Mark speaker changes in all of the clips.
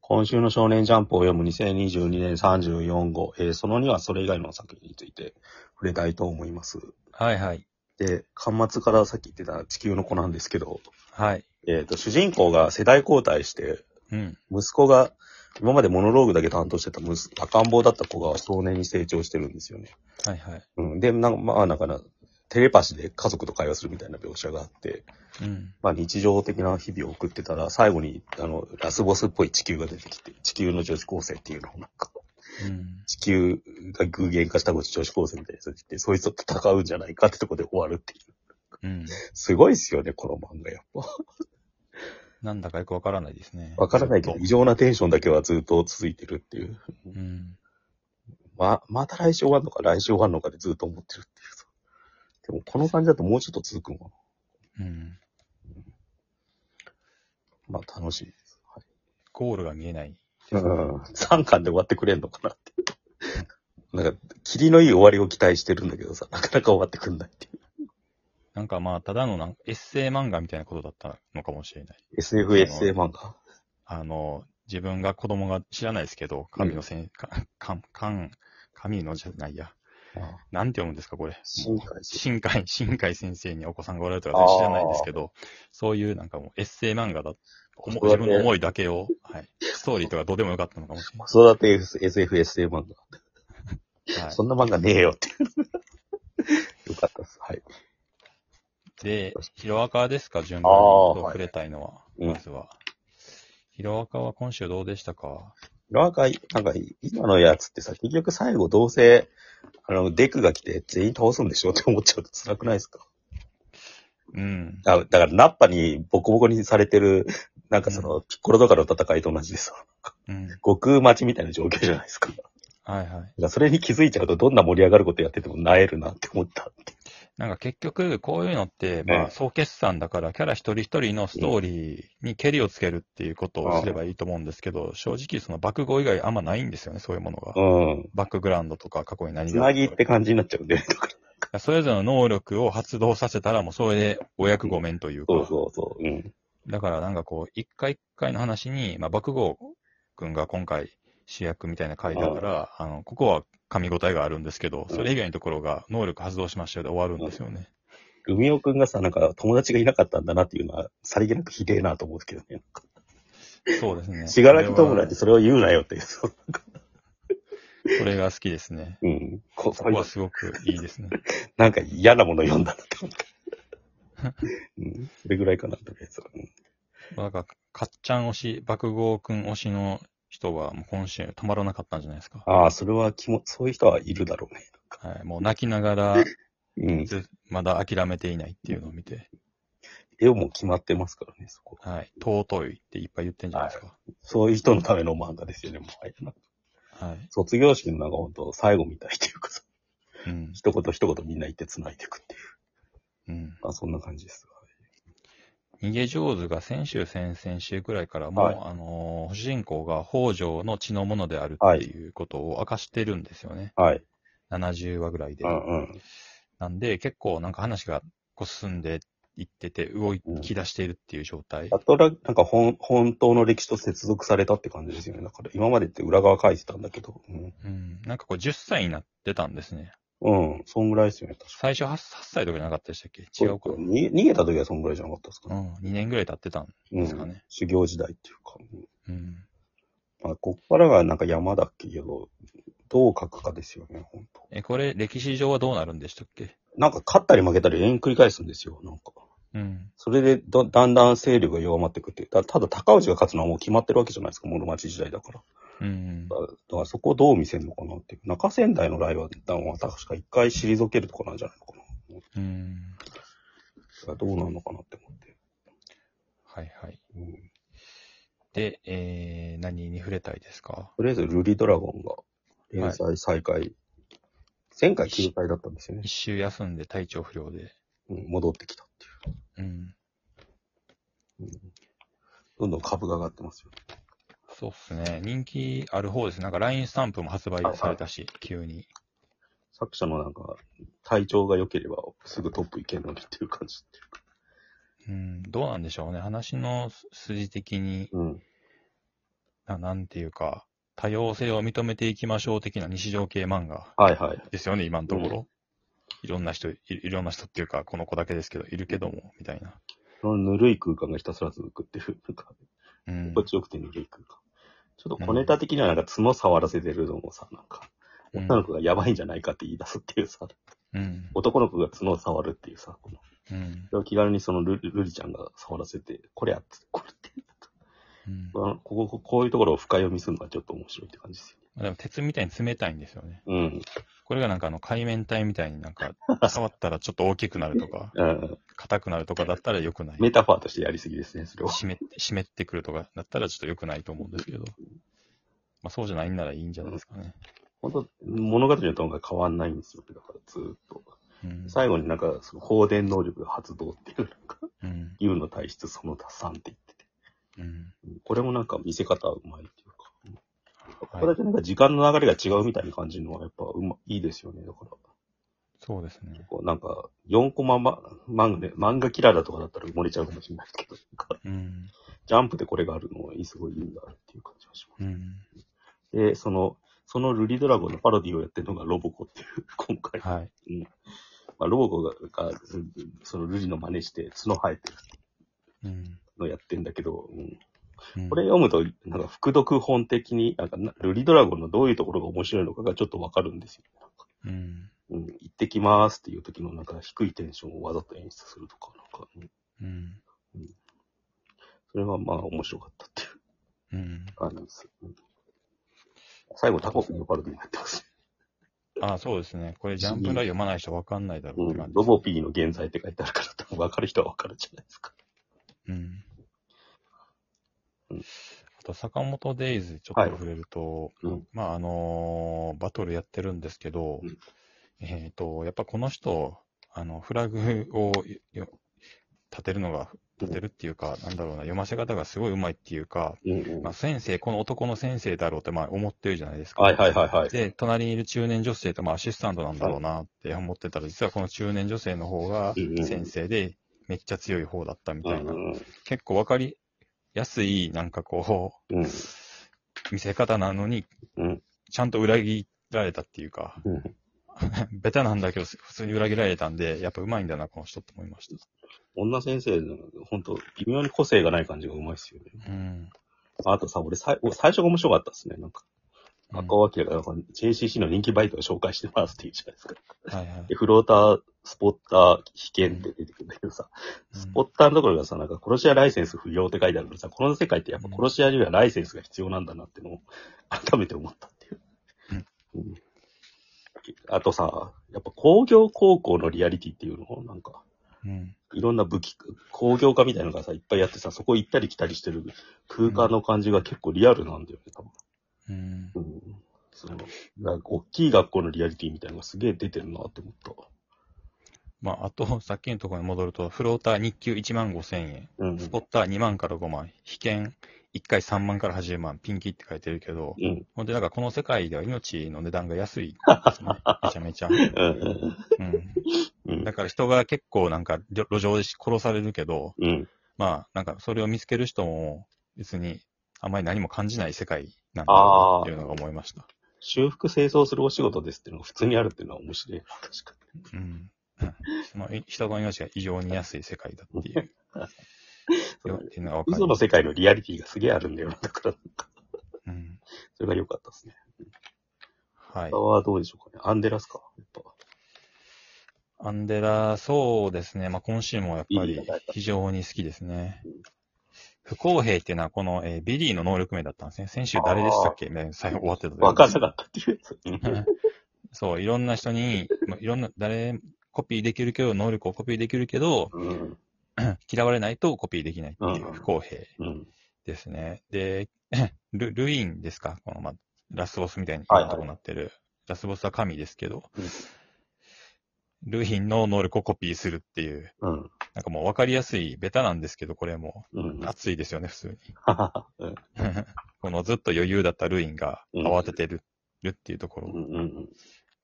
Speaker 1: 今週の少年ジャンプを読む2022年34号、えーその2はそれ以外の作品について触れたいと思います。
Speaker 2: はいはい。
Speaker 1: で、巻末からさっき言ってた地球の子なんですけど、
Speaker 2: はい。
Speaker 1: えっ、と、主人公が世代交代して、
Speaker 2: うん。
Speaker 1: 息子が、今までモノローグだけ担当してた息子赤ん坊だった子が少年に成長してるんですよね。
Speaker 2: はいはい。
Speaker 1: うん。で、なんか、まあ、なんかな、テレパシーで家族と会話するみたいな描写があって、
Speaker 2: うん。
Speaker 1: まあ日常的な日々を送ってたら、最後に、あの、ラスボスっぽい地球が出てきて、地球の女子高生っていうのをなんか、
Speaker 2: うん。
Speaker 1: 地球が具現化した女子高生みたいなやつが来て、そいつと戦うんじゃないかってとこで終わるっていう。
Speaker 2: うん。
Speaker 1: すごいっすよね、この漫画やっぱ。
Speaker 2: なんだかよくわからないですね。
Speaker 1: わからないけど、異常なテンションだけはずっと続いてるっていう。
Speaker 2: うん。
Speaker 1: ま、また来週終わるのか、来週終わるのかでずっと思ってるっていうさ。でもこの感じだともうちょっと続くのか
Speaker 2: うん。
Speaker 1: な。まあ楽しいです。
Speaker 2: ゴールが見えない。
Speaker 1: うん。3巻で終わってくれんのかなっていう。なんか、霧のいい終わりを期待してるんだけどさ、なかなか終わってくんないっていう。
Speaker 2: なんかまあ、ただのなんかエッセイ漫画みたいなことだったのかもしれない。
Speaker 1: SF エッセイ漫画。
Speaker 2: あの、自分が子供が知らないですけど、神のせん、か、か、かん、神のじゃないや。なんて読むんですか、これ。
Speaker 1: 新海し
Speaker 2: 新海、新海先生にお子さんがおられたから知らないですけど、そういうなんかもうエッセイ漫画だ。おも自分の思いだけを、はい。ストーリーとかどうでもよかったのかもしれない。
Speaker 1: 子育て SF エッセイ漫
Speaker 2: は
Speaker 1: 画。
Speaker 2: い
Speaker 1: そんな漫画ねえよって いう。よかったっす。はい。
Speaker 2: で、ヒロアカですか、順番に
Speaker 1: あー
Speaker 2: と触れたいのは、
Speaker 1: いうん
Speaker 2: まずは。ヒロアカは今週どうでしたか
Speaker 1: なんか、なんか、今のやつってさ、結局最後どうせ、あの、デクが来て全員倒すんでしょって思っちゃうと辛くないですか
Speaker 2: うん。
Speaker 1: だだから、ナッパにボコボコにされてる、なんかその、ピッコロとかの戦いと同じでさ、
Speaker 2: うん。
Speaker 1: 悟空待ちみたいな状況じゃないですか。だか
Speaker 2: はいはい。
Speaker 1: らそれに気づいちゃうと、どんな盛り上がることやってても、なえるなって思った。
Speaker 2: なんか結局、こういうのって、
Speaker 1: ね
Speaker 2: まあ、総決算だから、キャラ一人一人のストーリーにケリをつけるっていうことをすればいいと思うんですけど、正直、その、爆語以外あんまないんですよね、そういうものが。
Speaker 1: うん。
Speaker 2: バックグラウンドとか、過去に何
Speaker 1: つ
Speaker 2: が
Speaker 1: な
Speaker 2: あった
Speaker 1: ぎっ
Speaker 2: とか。
Speaker 1: て感じになっちゃうんで、だから
Speaker 2: それぞれの能力を発動させたら、もうそれでお役御免というか。
Speaker 1: そうそうそう。うん。
Speaker 2: だからなんかこう、一回一回の話に、まあ、爆豪くんが今回主役みたいな回だから、あの、ここは噛み応えがあるんですけど、
Speaker 1: うん
Speaker 2: それ以外のところが能力発動しましたよで終わるんですよね。
Speaker 1: ルミオくんがさ、なんか友達がいなかったんだなっていうのは、さりげなくひでえなと思うんですけどね。
Speaker 2: そうですね。
Speaker 1: しがらき友達それを言うなよっていう。そう
Speaker 2: それが好きですね。
Speaker 1: うん。こ
Speaker 2: そこはすごくいいですね。
Speaker 1: なんか嫌なもの読んだなって思った。うん。それぐらいかな、とりあえずは。うん
Speaker 2: なんか、かっちゃん推し、爆豪くん推しの人はもう今週止まらなかったんじゃないですか。
Speaker 1: ああ、それは気も、そういう人はいるだろ
Speaker 2: はい。もう泣きながら、
Speaker 1: うね。うん。
Speaker 2: ずまだ諦めていないっていうのを見て、
Speaker 1: 絵も決まってますからね、そこ。
Speaker 2: はい。尊いっていっぱい言ってんじゃないですか。
Speaker 1: そういう人のための漫画ですよね、もうあれな。
Speaker 2: はい。
Speaker 1: 卒業式のなんかほんと最後みたいっていうかさ、
Speaker 2: うん。
Speaker 1: 一言一言みんな言って繋いでいくっていう。
Speaker 2: うん。
Speaker 1: まあそんな感じです。
Speaker 2: 逃げ上手が先週、先々週くらいからもう、
Speaker 1: はい
Speaker 2: あのー主人公が北条の血のものであるっていうことを明かしてるんですよね。
Speaker 1: はい。
Speaker 2: 70話ぐらいで。
Speaker 1: うんうん。
Speaker 2: なんで、結構なんか話がこう進んでいってて、動き出しているっていう状態。
Speaker 1: やっとら、なんか本、本当の歴史と接続されたって感じですよね。だから今までって裏側書いてたんだけど。うん。
Speaker 2: うん。なんかこう10歳になってたんですね。
Speaker 1: うん。そんぐらいですよね、確か
Speaker 2: 最初 8, 歳とかじゃなかったでしたっけ違うか。
Speaker 1: に逃げた時はそんぐらいじゃなかったですか
Speaker 2: う
Speaker 1: ね。
Speaker 2: ん。2年ぐらい経ってたん
Speaker 1: うん。
Speaker 2: ですかね。
Speaker 1: 修行時代っていうか。うん
Speaker 2: うん。
Speaker 1: まあ、こっからがなんか山だっけど、どう書くかですよね、本当。
Speaker 2: え、これ歴史上はどうなるんでしたっけ
Speaker 1: なんか勝ったり負けたり延々繰り返すんですよ、なんか。
Speaker 2: うん。
Speaker 1: それでど、だんだん勢力が弱まってくって。だただ、高氏が勝つのはもう決まってるわけじゃないですか、室町時代だから。
Speaker 2: うん。
Speaker 1: だだから、そこをどう見せるのかなっていう。中仙台のライは、だから確か一回退けるとこなんじゃないのかな。
Speaker 2: うん。
Speaker 1: だからどうなるのかなって思って。
Speaker 2: はいはい。
Speaker 1: うん
Speaker 2: で、えー、何に触れたいですか
Speaker 1: とりあえず、ルリドラゴンが連載再開。前回休載だったんですよね
Speaker 2: 一。周休んで体調不良で。
Speaker 1: うん、戻ってきたっていう。
Speaker 2: うん。
Speaker 1: どんどん株が上がってますよ。
Speaker 2: そうっすね。人気ある方です。なんか LINE スタンプも発売されたし、急に。
Speaker 1: 作者のなんか、体調が良ければすぐトップいけるのにっていう感じっていうか。
Speaker 2: うん、どうなんでしょうね。話のす筋的に、
Speaker 1: うん。
Speaker 2: ななんていうか、多様性を認めていきましょう的な日常系漫画
Speaker 1: はいはい。
Speaker 2: ですよね、今のところ。いろんな人い、いろんな人っていうか、この子だけですけど、いるけども、みたいな。
Speaker 1: そのぬるい空間がひたすら続くっていう、なんか、
Speaker 2: うん
Speaker 1: 心。地よくてぬるい空間。ちょっと小ネタ的にはなんか角触らせてるのもさ、なんか、
Speaker 2: うん
Speaker 1: 女の子がやばいんじゃないかって言い出すっていうさ、
Speaker 2: うん。
Speaker 1: 男の子が角を触るっていうさ、この
Speaker 2: うん。
Speaker 1: それを気軽にそのルルリちゃんが触らせて、これやって、これって、
Speaker 2: うん
Speaker 1: こここ、こういうところを深読みするのがちょっと面白いって感じです
Speaker 2: まあでも、鉄みたいに冷たいんですよね。
Speaker 1: よね。
Speaker 2: これがなんかあの、海綿体みたいになんか、触ったらちょっと大きくなるとか、
Speaker 1: うん。うん。
Speaker 2: 硬くなるとかだったら良くない。
Speaker 1: メタファーとしてやりすぎですね、それ を。
Speaker 2: 湿って、湿ってくるとかだったらちょっと良くないと思うんですけど。まあそうじゃないんならいいんじゃないですかね。
Speaker 1: 本当物語のトーンが変わんないんですよ。だからずーっと。
Speaker 2: うん。
Speaker 1: 最後になんか、その放電能力が発動っていう、なんか、
Speaker 2: うん。
Speaker 1: U の体質その他3って言ってて。
Speaker 2: うん。
Speaker 1: これもなんか見せ方うまいっていうか。これ
Speaker 2: は
Speaker 1: だ
Speaker 2: い。
Speaker 1: けなんか時間の流れが違うみたいに感じるのはやっぱうま、いいですよね。だから、
Speaker 2: そうですね。
Speaker 1: こうなんか、4コマま漫画で、漫画キラーだとかだったら埋もれちゃうかもしれないけど、なんか
Speaker 2: うん。
Speaker 1: ジャンプでこれがあるのはいいすごいいいんだっていう感じがしま
Speaker 2: うん。
Speaker 1: す。で、その、そのルリドラゴンのパロディをやってるのがロボコっていう、今回。
Speaker 2: はい。
Speaker 1: まあ、ロボコが、がそのルリの真似して角生えてる
Speaker 2: うん。
Speaker 1: のやってんだけど、うん
Speaker 2: うん
Speaker 1: これ、読むと、なんか、副読本的に、なんかな、ルリドラゴンのどういうところが面白いのかがちょっとわかるんですよ。なんか
Speaker 2: うん。
Speaker 1: うん、行ってきますっていう時の、なんか、低いテンションをわざと演出するとか、なんか、うん
Speaker 2: うん。
Speaker 1: それはまあ、面白かったっていう
Speaker 2: うん。
Speaker 1: 感じです。うん最後、タコピーのパロディになってます。
Speaker 2: ああ、そうですね。これジャンプが読まない人わかんないだろうって感
Speaker 1: う
Speaker 2: じ
Speaker 1: ん、
Speaker 2: で
Speaker 1: ロ
Speaker 2: す。
Speaker 1: ボピーの現在って書いてあるから、多分分かる人は分かるじゃないですか。
Speaker 2: うん
Speaker 1: うん。
Speaker 2: あと、坂本デイズちょっと触れると、
Speaker 1: はいうん
Speaker 2: まあ、あのーバトルやってるんですけど、
Speaker 1: うん
Speaker 2: えっ、と、やっぱこの人、あの、フラグをよ立てるのが、立てるっていうか、なんだろうな、読ませ方がすごい上手いっていうか、
Speaker 1: うんうん
Speaker 2: まあ、先生、この男の先生だろうって、まあ、思ってるじゃないですか。
Speaker 1: はいはいはいはい。
Speaker 2: で、隣にいる中年女性と、まあ、アシスタントなんだろうなって思ってたら、実はこの中年女性の方が
Speaker 1: うんうん
Speaker 2: 先生で、めっちゃ強い方だったみ
Speaker 1: う
Speaker 2: たい
Speaker 1: ん
Speaker 2: な。
Speaker 1: うん
Speaker 2: 結構わかりやすい、なんかこ
Speaker 1: うん
Speaker 2: う、見せ方なのに、
Speaker 1: うん
Speaker 2: ちゃんと裏切られたっていうか、
Speaker 1: うん
Speaker 2: ベタなんだけど、普通に裏切られたんで、やっぱ上手いんだな、この人って思いまし
Speaker 1: 女先生の、本当微妙に個性がない感じがうまいっすよね。
Speaker 2: た。うん。
Speaker 1: あとさ、俺さい、俺最初が面白かったですね。なんか、
Speaker 2: うん
Speaker 1: 赤尾明がなんか JCC の人気バイトを紹介してますって言うじゃないですか。
Speaker 2: はいはい
Speaker 1: で、。フローター、スポッター、被験って出てくるんだけどさ、スポッターのところがさ、なんか殺し屋ライセンス不要って書いてあるからさ、この世界ってやっぱ殺し屋にはライセンスが必要なんだなってのを改めて思ったっていう。うんあとさ、やっぱ工業高校のリアリティっていうのをなんか、
Speaker 2: うん。
Speaker 1: いろんな武器、工業化みたいなのがさ、いっぱいやってさ、そこ行ったり来たりしてる空間の感じが結構リアルなんだよね、多分。
Speaker 2: うん。
Speaker 1: うん。その、なんか大きい学校のリアリティみたいなのがすげえ出てるなって思った。
Speaker 2: まあ、あと、さっきのところに戻ると、フローター日給1万5千円。
Speaker 1: うん。
Speaker 2: スポッター2万から5万、被験1回3万から80万、ピンキって書いてるけど、
Speaker 1: うん。
Speaker 2: ほんで、なんかこの世界では命の値段が安 いですね。めちゃめちゃ。
Speaker 1: うん。う
Speaker 2: うん。
Speaker 1: ん
Speaker 2: だから人が結構なんか路路上で殺されるけど、
Speaker 1: うん。
Speaker 2: まあ、なんかそれを見つける人も別にあんまり何も感じない世界なんだ
Speaker 1: あ
Speaker 2: な
Speaker 1: ー
Speaker 2: っていうのが思いました。
Speaker 1: 修復清掃するお仕事ですっていうのが普通にあるっていうのは面白いな。確か
Speaker 2: うん。まあ、い人の命が異常に安い世界だっ ていう。
Speaker 1: に。
Speaker 2: っていうのがわか
Speaker 1: 嘘
Speaker 2: る。
Speaker 1: の世界のリアリティがすげえあるんだよな。だから、
Speaker 2: うん。
Speaker 1: それが良かったですね。
Speaker 2: はい
Speaker 1: 他。はどうでしょうかね。アンデラスか。やっぱ。
Speaker 2: アンデラ、そうですね。まあ、今週もやっ
Speaker 1: い
Speaker 2: ぱ
Speaker 1: い
Speaker 2: り
Speaker 1: 戦いだった
Speaker 2: 非常に好きですね。不公平っていうのは、この、えービリーの能力名だったんですね。先週誰でしたっけみたいな、最後終わってたという
Speaker 1: わかんなかったっていうやつ。
Speaker 2: うん そう、いろんな人に、まあいろんな、誰、コピーできるけど、能力をコピーできるけど、
Speaker 1: うん。
Speaker 2: 嫌われないとコピーできないっていううん不公平
Speaker 1: うん。
Speaker 2: ですね。で、 ル、ルインですかこの、まあ、ラスボスみたいに
Speaker 1: はいはい
Speaker 2: とこなってる。ラスボスは神ですけど、
Speaker 1: うん
Speaker 2: ルインの能力をコピーするっていう。
Speaker 1: うん。
Speaker 2: なんかもう分かりやすい、ベタなんですけど、これも。
Speaker 1: うん。
Speaker 2: 熱いですよね、普通に。
Speaker 1: うん。
Speaker 2: このずっと余裕だったルインが
Speaker 1: うん
Speaker 2: 慌ててる,、るっていうとこ
Speaker 1: う
Speaker 2: ろ。
Speaker 1: ん。うん。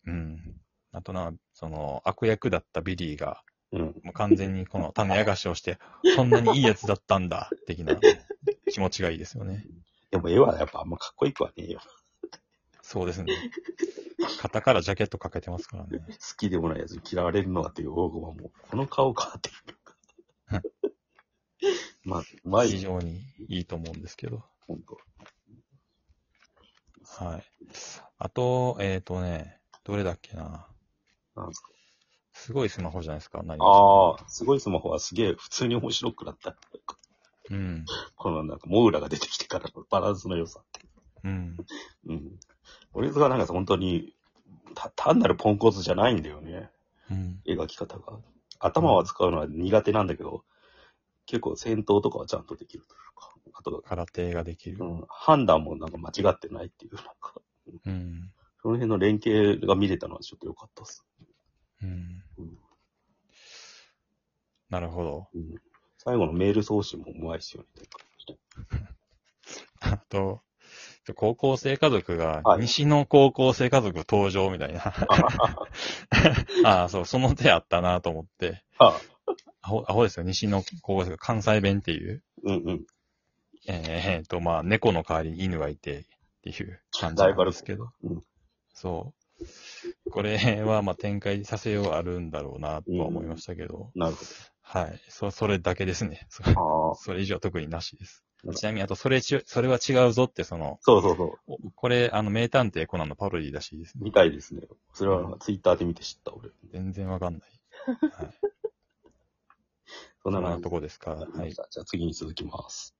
Speaker 2: うん。あとな、その悪役だったビリーが、
Speaker 1: うん。
Speaker 2: もう完全にこの種明かしをして、そんなにいいやつだったんだ、的な気持ちがいいですよね。
Speaker 1: いでも絵はやっぱあんまかっこよくはねえよ。
Speaker 2: そうですね。肩からジャケットかけてますからね。
Speaker 1: 好きでもないやつに嫌われるのはっていう大駒も、この顔かっていう。 まあ、うま
Speaker 2: 非
Speaker 1: い、
Speaker 2: 常にいいと思うんですけど。
Speaker 1: 本当。
Speaker 2: はい。あと、えっ、とね、どれだっけな。
Speaker 1: なんですか
Speaker 2: すごいスマホじゃないですか。何
Speaker 1: ああ、すごいスマホはすげえ普通に面白くなった。
Speaker 2: うん。
Speaker 1: このなんか、モウラが出てきてからのバランスの良さって。
Speaker 2: うん。
Speaker 1: うん。俺がなんか本当に、た単なるポンコツじゃないんだよね。
Speaker 2: うん。
Speaker 1: 描き方が。頭は使うのは苦手なんだけど、結構戦闘とかはちゃんとできるというか、あと、
Speaker 2: 空手ができ
Speaker 1: う
Speaker 2: る。
Speaker 1: ん、判断もなんか間違ってないっていう、なんか、
Speaker 2: うん。
Speaker 1: その辺の連携が見れたのはちょっと良かったです。
Speaker 2: うん
Speaker 1: うん。
Speaker 2: なるほど。
Speaker 1: うん、最後のメール送信もうまいっすよね。
Speaker 2: あと、高校生家族が
Speaker 1: は、い
Speaker 2: 西の高校生家族登場みたい な。ああ、そう、その手あったなと思って。
Speaker 1: あ、
Speaker 2: アホ、アホですよ。西の高校生、関西弁っていう。
Speaker 1: うんうん。
Speaker 2: えー、と、まあ、猫の代わりに犬がいてっていう感じなんですけど。
Speaker 1: ライバルうん
Speaker 2: そう。これは、まあ、展開させようあるんだろうなとは思いましたけど。
Speaker 1: なるほ
Speaker 2: はい。そ、それだけですね。そ
Speaker 1: ど。ああ。
Speaker 2: それ以上特になしです
Speaker 1: うん。
Speaker 2: ちなみに、あと、それち、それは違うぞって、その、
Speaker 1: そうそうそ
Speaker 2: おこれ、あの、名探偵コナンのパロディだしです
Speaker 1: う。
Speaker 2: ね
Speaker 1: み。たいですね。それはツイッターで見て知った、俺。
Speaker 2: 全然わかんない。はい。
Speaker 1: そん
Speaker 2: そ
Speaker 1: なん
Speaker 2: な
Speaker 1: 感じ
Speaker 2: とこですか。
Speaker 1: わかり
Speaker 2: は
Speaker 1: ま
Speaker 2: い
Speaker 1: し。たじゃあ次に続きます。